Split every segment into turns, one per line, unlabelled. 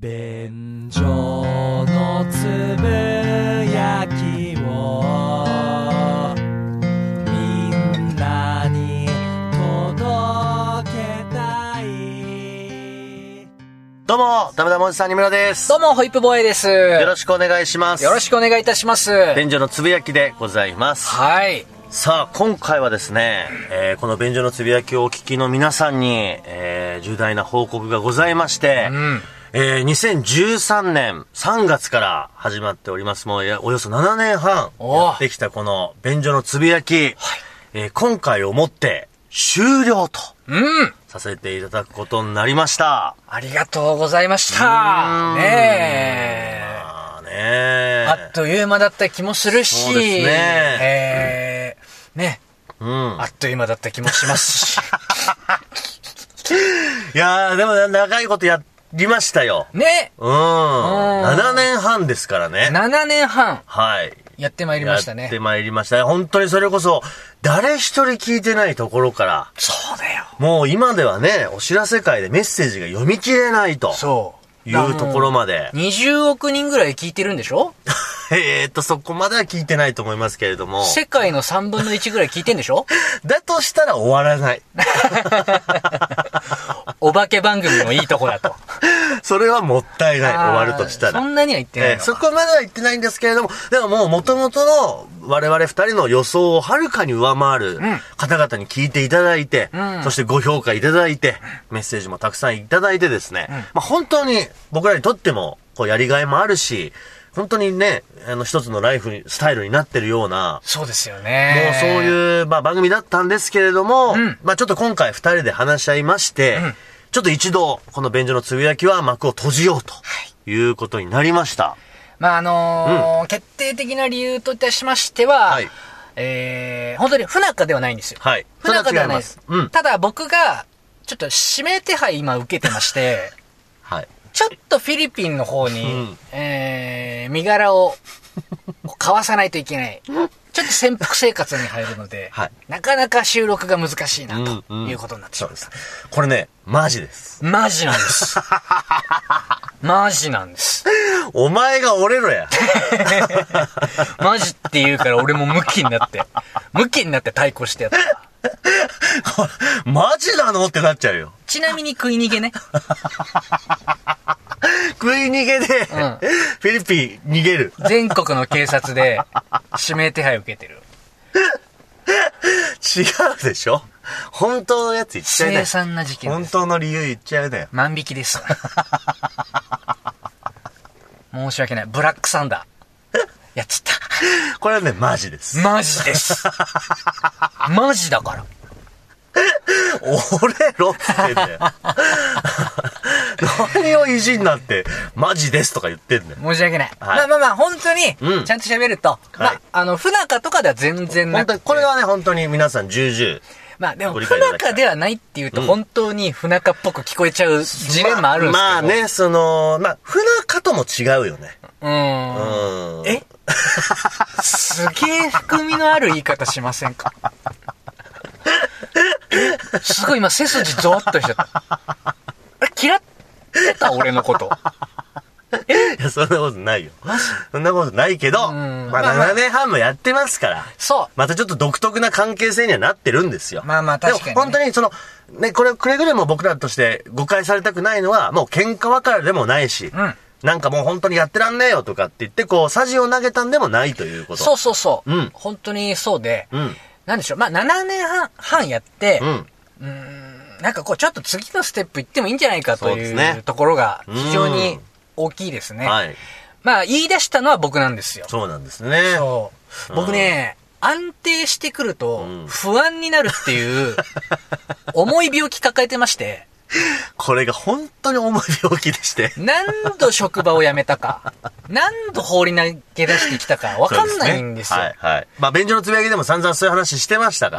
便所のつぶやきをみんなに届けたい
どうも、ダメダメおじさんにむらです。
どうも、ホイップボーイです。
よ
よ
ろしくお願いします。
ろしくお願いいたします。は
便所のつぶやきでございます。
い。
さあ、今回はですね、えーこの便所のつぶやきをお聞きの皆さんに、えー重大な報告がございまして、
ん
えー2013年3月から始まっております。もうやおよそ7年半
お
やってきたこの便所のつぶやき、えー今回をもって終了と
うん。
させていただくことになりました。
ありがとうございまし
う
た。
ん
ねえ。
まあね
あっという間だった気もするし、
そうですね
えーね、
うん。
あっという間だった気もします し。
いやー、でもな長いことやりましたよ。
ね、
うん。7年半ですからね。
7年半
はい。
やってまいりましたね
やって。まいりました。本当にそれこそ、誰一人聞いてないところから、
そうだよ。
もう今ではね、お知らせ会でメッセージが読み切れないと
そう。
いうところまで。
20億人ぐらい聞いてるんでしょ
えーっと、そこまでは聞いてないと思いますけれども。
世界の3分の1ぐらい聞いてんでし ょ
だとしたら終わらない。
お化け番組のいいとこだと。
それはもったいない。終わるとしたら
そ。んなには言ってない
え
の
ー
か
そこまでは言ってないんですけれども、でももう元々の我々二人の予想をはるかに上回る方々に聞いていただいて、
ん
そしてご評価いただいて、メッセージもたくさんいただいてですね、まあ本当に僕らにとってもこうやりがいもあるし、本当にね、あの一つのライフにスタイルになってるような、
そうですよ
も
ね。
うそう
う。
いう、まあ、番組だったんですけれども、
ん
まあちょっと今回二人で話し合いまして、ちょっと一度、この便所のつぶやきは幕を閉じようということになりました。
まああのー決定的な理由といたしましては、
はい
えー、本当に不仲ではないんですよ。
はい。
不仲ではないです。
それは違います
ただ僕が、ちょっと指名手配今受けてまして、
うん。はい。
ちょっとフィリピンの方に、
うん
えー、身柄を交わさないといけない。ちょっと潜伏生活に入るので、
はい
なかなか収録が難しいな、と
うんうん
いうことになってし
そ
ま
う
い
で
ます
す。。これね、マジです。
マジなん です。マジなんです。
お前が折れろ や。
マジって言うから俺もムキになって、ムキになって対抗してやった。
マジなのってなっちゃうよ。
ちなみに食い逃げね。
食い逃げで、フィリピン逃げる。
全国の警察で指名手配受けて る。
違うでしょ本当のやつ言っちゃいな
凄
よ。
惨な事件
本
です。
当の理由言っちゃいなよ。
万引きです。 申し訳ない。ブラックサンダー。やっ ちゃっ
これはね、マジです。
た。マジです。マジだから。
折れろって言ってんだ よ。何を意地になって、マジですとか言ってんだよ。
申し訳ない。
はい
まあまあまあ、本当に
うん、
ちゃんと喋ると、ま
はい
あ、あの、不仲とかでは全然な
本当
く
に、これはね、本当に皆さん重々。
まあでも、
ご理
不
解いただきたい
仲ではないっていうと、本当に不仲っぽく聞こえちゃうジレンマあるんですけど。
まあまあ。ね、その、まあ、船かとも違うよね。
うん。
うん。
えすげえ含みのある言い方しませんかえすごい今、背筋ゾワッとしちゃった。あれ、嫌ってた俺のこと。
いや、そんなことないよ。そんなことないけど、
ん
ま
まあま
あ7年半もやってますから、
そ
またちょっと独特な関係性にはなってるんですよ。
まあまあ確かにね
でも本当にその、ね、これ、くれぐれも僕らとして誤解されたくないのは、もう喧嘩別れでもないし、
ん
なんかもう本当にやってらんねえよとかって言って、こう、サジを投げたんでもないというこ
う。
と。
そうそうそう。
うん
本当にそうで、
うん
なんでしょう。まあ、7年半半やって、
うん。
なんかこう、ちょっと次のステップ行ってもいいんじゃないかと
そうで
い
す
う
ね
ところが非常
う
に
ん
大きいですね。
はい。
まあ、言い出したのは僕なんですよ。
そうなんですね。
そう。僕ね、安定してくると
うん
不安になるって いう重い病気抱えてまして、
これが本当に重い病気でして。
何度職場を辞めた か、何度放り投げ出してきたかわかんないんですよ。
そうねはい、はい。まあ、便所のつぶやきでも散々そういう話してましたか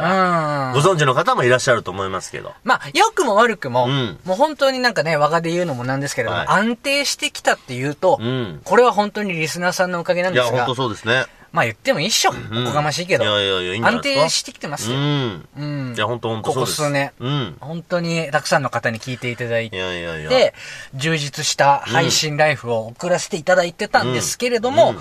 う
ら、
ん。
ご存知の方もいらっしゃると思いますけど。
まあ、良くも悪くも、
うん
もう本当になんかね、我がで言うのもなんですけれども、
はい
安定してきたっていうと、
うん
これは本当にリスナーさんのおかげなん
い
で
や、
す
本
が
当、そうですね。
まあ言ってもいいっしょ。おこがましいけど。
いやいやいや、いいんじゃな
安
いですか。
定してきてます
う
よ。
ん。
うん
いや、。ほんとほんと
こ
そう
こ
です。
数年
うん。
本当にたくさんの方に聞いていただい
いやいやいや。
て、充実した配信ライフを送らせていただいてたんですけれども、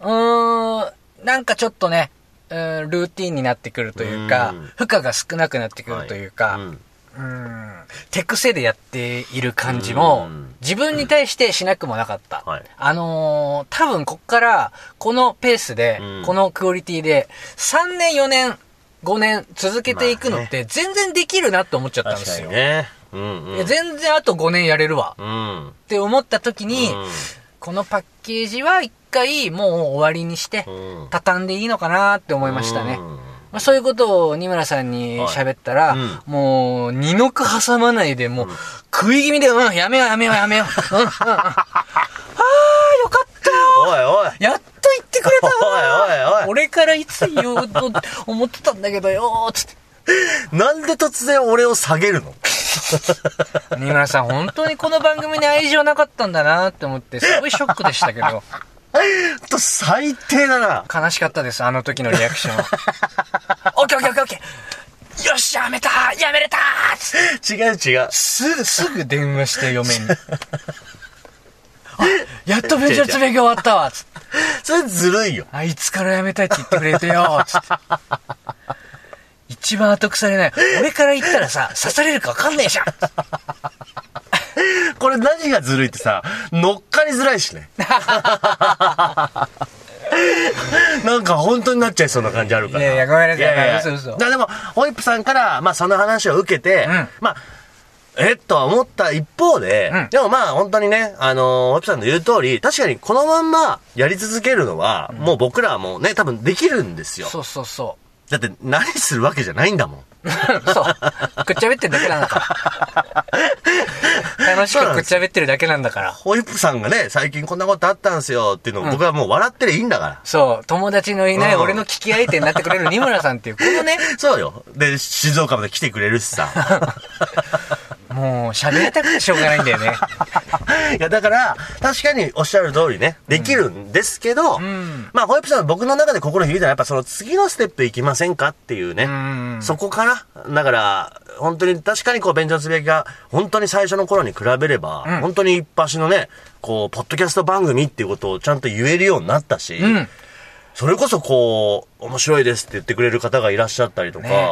うーん、なんかちょっとね、うんルーティンになってくるというか
うん、
負荷が少なくなってく
は
るというか、
ん
うん、手癖でやっている感じも
うん、
自分に対してしなくもなかった。
はい
あのー多分こっから、このペースで、
うん
このクオリティで、3年4年、5年続けていくのっ
ま
て、全然できるなって思っちゃったんで
確か
すよ。
にね。うんうん。
いや全然あと5年やれるわっ
うん。
て思った時に、
うん
このパッケージは一回もう終わりにして、
うん
畳んでいいのかなって思いましたね。
うん
まあ、そういうことを二村さんに喋ったら、
はいうん
もう二の句挟まないで、もう、食い気味で、うん、やめようやめようやめよう。 うん、うん、うん。あー、よかった
おいおい。
やっと言ってくれたわ
おいおいおい
俺からいつ言おうと思ってたんだけどよつって。
なんで突然俺を下げるの
二村さん、本当にこの番組に愛情なかったんだなって思って、すごいショックでしたけど、
ほんと最低だな。
悲しかったです、あの時のリアクション は。オッケーオッケーオッケーオッケーよし、やめたやめれたつって
違う違う。
すぐ、すぐ電話して嫁 に。あやっと弁償勉強終わったわつって
それずるいよ。
あいつからやめたいって言ってくれてよつって。一番後腐れない。俺から言ったらさ、刺されるか分かんねえじゃん
これ何がずるいってさ、乗っかりづらいし ね。なんか本当になっちゃいそうな感じあるから。
いやいやごめんなさい
そ
嘘
う
嘘
だからでも、ホイップさんから、まあその話を受けて、
うん
まあ、えっとは思った一方で、
うん
でもまあ本当にね、あのーホイップさんの言う通り、確かにこのまんまやり続けるのは、もう僕らはもうね、多分できるんですよ。
そうそうそ
だって何するわけじゃないんだもん。
う。そう。くっちゃべってるだけなんだ から。楽しくくっちゃべってるだけなんだから。
ホイップさんがね、最近こんなことあったんすよっていうのを僕はもう笑ってりゃいいんだから。
そう、友達のいない
うん
俺の聞き相手になってくれる二村さんっていう、このね、
そうよ。で、静岡まで来てくれるしさ。
もう喋りたくてしょうがないんだよね。
いや、だから、確かにおっしゃる通りね、できるんですけど、
ん
まあ、ホイップさん僕の中で心響いたのは、やっぱその次のステップ行きませんかっていうね。
ん
そこかなだから、本当に、確かにこう、便所つぶやきが、本当に最初の頃に比べれば、本当に一発のね、こう、ポッドキャスト番組っていうことをちゃんと言えるようになったし、
うん。
それこそこう、面白いですって言ってくれる方がいらっしゃったりとか、
ね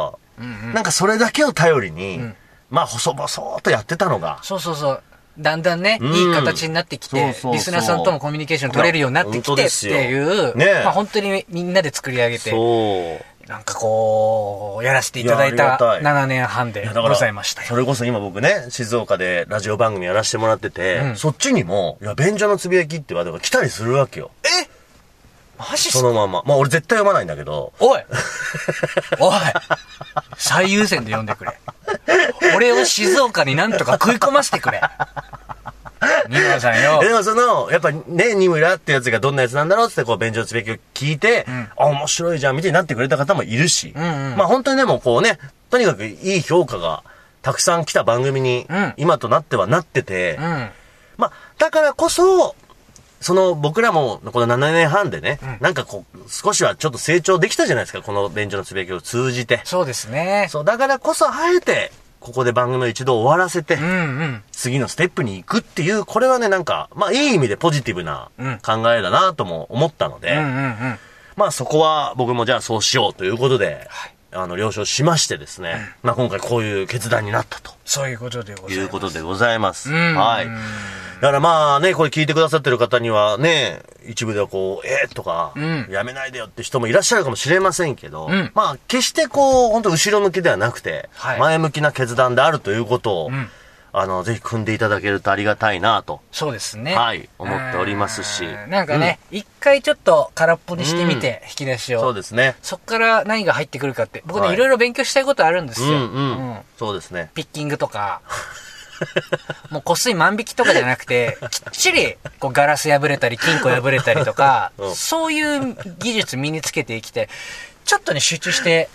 なんかそれだけを頼りに、まあ、細々とやってたのが、
そうそうそう。だんだんね、
ん
いい形になってきて
そうそうそう
リスナーさんともコミュニケーション取れるようになってき
いや本当
て
で
って
すよ
いう、
ねえ
まあ本当にみんなで作り上げて、
そう。
なんかこう、やらせていただい
いやあ
た
りがたい
7年半で
やだから
ございましたよ。
それこそ今僕ね、静岡でラジオ番組やらせてもらってて、そっちにも、いや、便所のつぶやきってワードが来たりするわけよ。
マジっす
そのまま。まあ俺絶対読まないんだけど、
おいおい最優先で読んでくれ。俺を静岡になんとか食い込ませてくれ。二村さんよ。
でもその、やっぱね、ニムラってやつがどんなやつなんだろうっつってこう、便所つべきを聞いて、あ、面白いじゃん、みたいになってくれた方もいるし、
んうん
まあ本当にでもこうね、とにかくいい評価がたくさん来た番組に、
うん
今となってはなってて、
うん。
まあ、だからこそ、その僕らもこの7年半でね、なんかこう、少しはちょっと成長できたじゃないですか、この便所のつべきを通じて。
そうですね。
そう、だからこそあえて、ここで番組を一度終わらせて、
うんうん。
次のステップに行くっていう、これはね、なんか、まあ、いい意味でポジティブな
うん
考えだなとも思ったので、
うんうんうん。
まあ、そこは僕もじゃあそうしようということで、あの、了承しましてですね、まあ、今回こういう決断になったと
そういうことでございます。
いうことでございます。
ん
はい。だからまあね、これ聞いてくださってる方にはね、一部ではこう、えー、とか、
ん
やめないでよって人もいらっしゃるかもしれませんけど、
ん
まあ決してこう、本当後ろ向きではなくて、
はい
前向きな決断であるということを、
ん
あの、ぜひ組んでいただけるとありがたいなと。
そうですね。
はい思っておりますし
うんなんかね、一回ちょっと空っぽにしてみて、引き出しを。
そうですね。
そっから何が入ってくるかって。僕ね、
はい
いろいろ勉強したいことあるんです
う
よ。
んうん。
うん
そうですね。
ピッキングとか。もう個数万引きとかじゃなくて、きっちり、こう、ガラス破れたり、金庫破れたりとか
う、ん
そういう技術身につけていきて、ちょっとね、集中して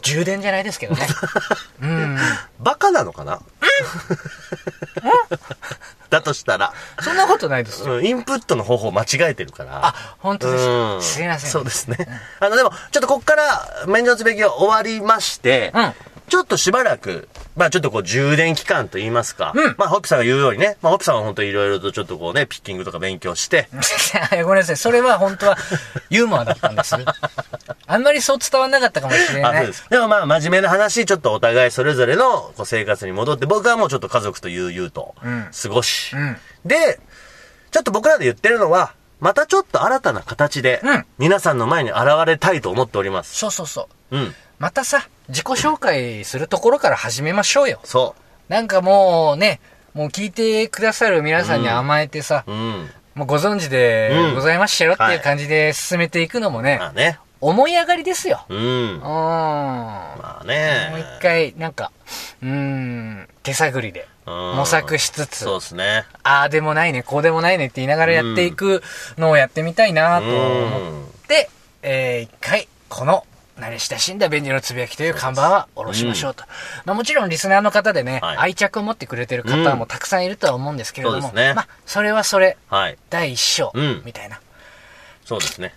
充電じゃないですけどね。うん。
バカなのかな だとしたら、
そんなことないですよ。
うんインプットの方法間違えてるから。
あ、本当です
う
か。すいません。
そうですね。あの、でも、ちょっとこっから、免除すべきは終わりまして、
うん
ちょっとしばらく、まあちょっとこう充電期間と言いますか、
うん
まあホッピさんが言うようにね、まあホッピさんは本当いろいろとちょっとこうね、ピッキングとか勉強して、
いやごめんなさい。それは本当はユーモアだったんです。あんまりそう伝わんなかったかもしれ
あ
な
そう
い
で。すでもまあ真面目な話、ちょっとお互いそれぞれのこう生活に戻って、僕はもうちょっと家族と悠々と
ん
過ごし、
うん
で、ちょっと僕らで言ってるのは、またちょっと新たな形で
うん、
皆さんの前に現れたいと思っております。
そうそうそう。
うん。
またさ、自己紹介するところから始めましょうよ。
そ
なんかもうね、もう聞いてくださる皆さんに甘えてさ、
う。うん。
もうご存知で
うん
ございましたよって
はいいう
感じで進めていくのもね、
まあね。
思い上がりですよ。
うん
う。ーん。
まあね。
もう一回、なんか、うーん、手探りで、
うん
模索しつつ
そ、うですね。
ああでもないね、こうでもないねって言いながらやっていくのをやってみたいなと思って、えー一回、この、慣れ親しんだ便利のつぶやきという看板は下ろしましょうと。まあもちろんリスナーの方でね、
はい
愛着を持ってくれてる方もたくさんいるとは思うんですけれども、
そうですね
まあそれはそれ、
はい。
第一章
うん、
みたいな。
そうで すね。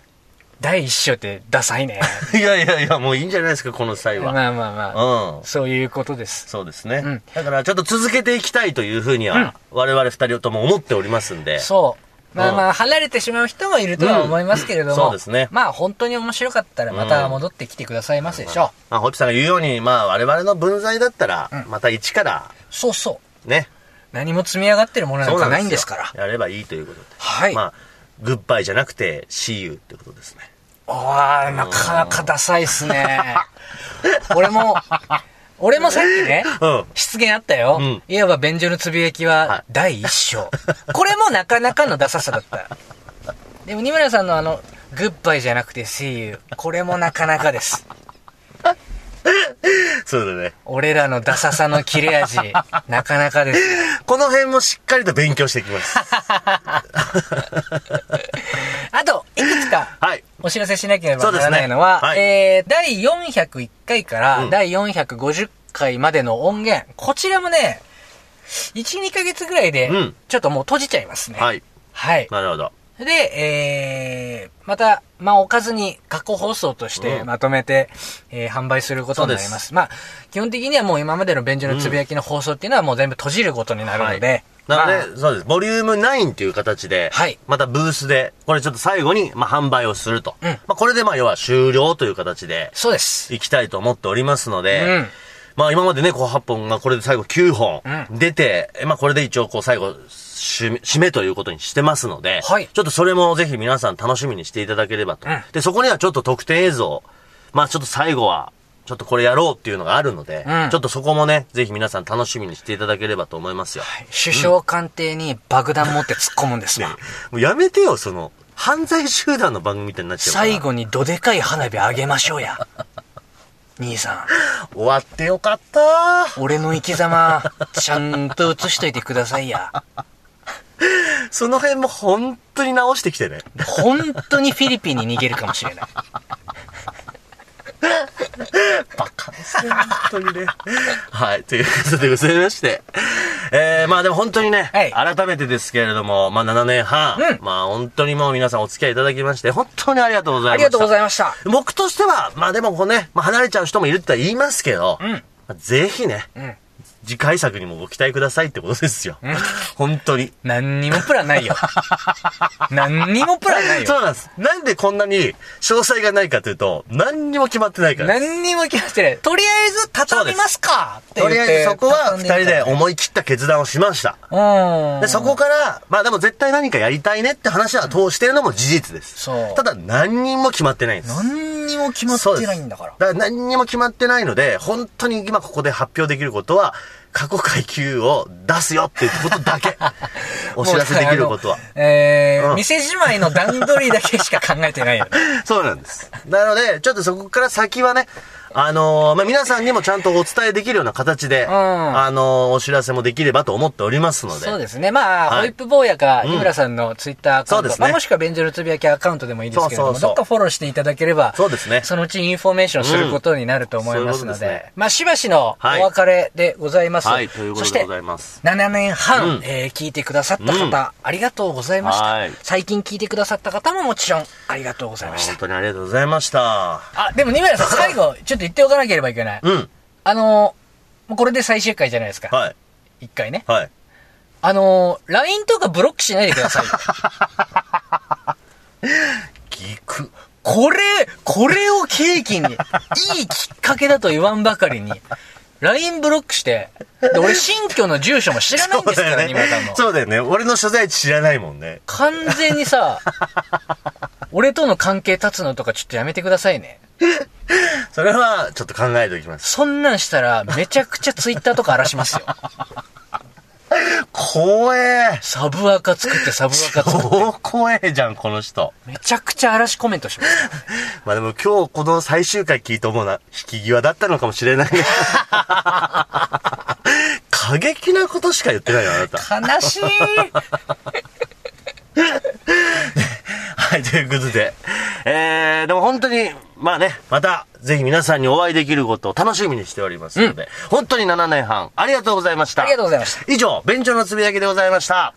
第一章ってダサいね。
いやいやいや、 もういいんじゃないですか、この際
まあ
は。
まあまあ、
うん。
そういうことです。
そうですね。
うん
だから、ちょっと続けていきたいというふうには、我々二人とも思っておりますんで。
そう。まあまあ、離れてしまう人もいるとは思いますけれども、
うんそうですね
まあ本当に面白かったらまた戻ってきてくださいますでしょう。
まあ、ホッピさんが言うように、まあ、我々の分際だったら、また一から、
そうそう。
ね。
何も積み上がってるものなん
そう
か
な
ない
ん
ん
で
ですす
か
から。
ら。やればいいということで。
はい。
まあ、グッバイじゃなくて、see you ってことですね。
あー、なかなかダサいっすね。俺も、俺もさっきね、
うん
失言あったよ。
うん
いわば便所のつぶやき
はい
は第一章。これもなかなかのダサさだった。でも、二村さんのあの、グッバイじゃなくて See you。これもなかなかです。
そうだね。
俺らのダサさの切れ味、なかなかです。
この辺もしっかりと勉強してい きます。
あと、いくつか
はい。
お知らせしなけれ
そ
ば
うで
な
すね
らないのは、
はい
えー、第401回から
ん
第450回までの音源、こちらもね、1、2ヶ月ぐらいで
うん、
ちょっともう閉じちゃいますね。。
はいい。
はい。
なるほど。
で、えー、また、まあ、おかずに過去放送として
うん
まとめて、えー販売することになり
そう
ま。
です
まあ、基本的にはもう今までの便所のつぶやきの放送っていうのはもう全部閉じることになるので、
なの
まあ
で、そうです。ボリューム9っていう形で、
はい
またブースで、これちょっと最後に、まあ、販売をすると。
うん
まあ、これで、まあ、要は終了という形で、
そうです。
いきたいと思っておりますので、
うん
まあ、今までね、こう8本が、これで最後9本
う
出て、まあ、これで一応、こう、最後、締め締めということにしてますので、
はい
ちょっとそれもぜひ皆さん楽しみにしていただければと。
うん
で、そこにはちょっと特典映像、まあ、ちょっと最後は、ちょっとこれやろうっていうのがあるので、
うん
ちょっとそこもね、ぜひ皆さん楽しみにしていただければと思いますよ。
首相官邸に爆弾持って突っ込むんですわ。
もうやめてよ、その、犯罪集団の番組みたいになっちゃうから。
最。後にどでかい花火あげましょうや。兄さ
終わってよかった
ん、俺の生き様、ちゃんと映しといてくださいや。
その辺も本当に直してきてね。
本当にフィリピンに逃げるかもしれない。
本当にね。はい、ということでございまして。えー、まあでも本当にね、
はい
改めてですけれども、まあ7年半、
うん
まあ本当にもう皆さんお付き合いいただきまして、本当にありがとうございまし
あり
た。
がとうございました。
僕としては、まあでもこうね、まあ離れちゃう人もいるって言いますけど、
ん
まあぜひね、
うん。
次回作にもご期待くださいってことですよ。本当に。
何にもプランないよ。何にもプランないよ。
そうなんです。なんでこんなに詳細がないかというと、何にも決まってないからです。
何にも決まってない。とりあえず畳みますかって言
と
って。
りあえずそこは二人で
畳ん
思い切った決断をしました。
みた。うん。
で、そこから、まあでも絶対何かやりたいねって話は通してるのも事実です。
そう
ただ何人も決まってないんです。
何にも決まっ
そう
て
です
ないんだから。
だから何にも決まってないので、本当に今ここで発表できることは、過去階級を出すよっていうこと だけ、お知らせできることは
もう。あのえー
うん
店じまいの段取りだけしか考えてないよね。
そうなんです。なので、ちょっとそこから先はね、あのーまあ、皆さんにもちゃんとお伝えできるような形で、
ん
あのーお知らせもできればと思っておりますので。
そうですね。まあ、
はい
ホイップ坊やか、井村さんのツイッターアカウン
そ
ト、
うですね
まあ、もしくはベンジェルつぶやきアカウントでもいいですけれども、
そうそうそう
どっかフォローしていただければ、
そうですね
そのうちインフォメーションすることになると思います
うん
の
そ
で、
ういうことですね
まあ、しばしのお
はい
別れでございます。
はい、というこ
そし
とで
て
ご、ざいます。
7年半、
うん
えー聞いてくださった方、
うん
ありがとうございました
はい。
最近聞いてくださった方ももちろん、ありがとうございまし
本
た。
当にありがとうございました。
あ、でも、二村さん、最後、ちょっと言っておかなければいけない。
うん。
あのーもうこれで最終回じゃないですか。
はい。
一回ね。
はい。
あのー、LINE とかブロックしないでください よ。
ギク。
これ、これを契機に、いいきっかけだと言わんばかりに、LINE ブロックして、で俺、新居の住所も知らないんですから、二村さんの。
そうだよね。俺の所在地知らないもんね。
完全にさ、俺との関係立つのとかちょっとやめてくださいね。
それは、ちょっと考えておきます。
そんなんしたら、めちゃくちゃツイッターとか荒らし ますよ。
怖え。
サブアカ作って、サブアカ作って。
超怖えじゃん、この人。
めちゃくちゃ嵐コメントします。
まあでも今日この最終回聞いて思うのは、引き際だったのかもしれないね。過激なことしか言ってないよ、あなた。
悲しい。
はい、ということで。えー、でも本当に、まあね、また、ぜひ皆さんにお会いできることを楽しみにしておりますので、本当に7年半、ありがとうございました。
ありがとうございました。
以上、便所のつぶやきでございました。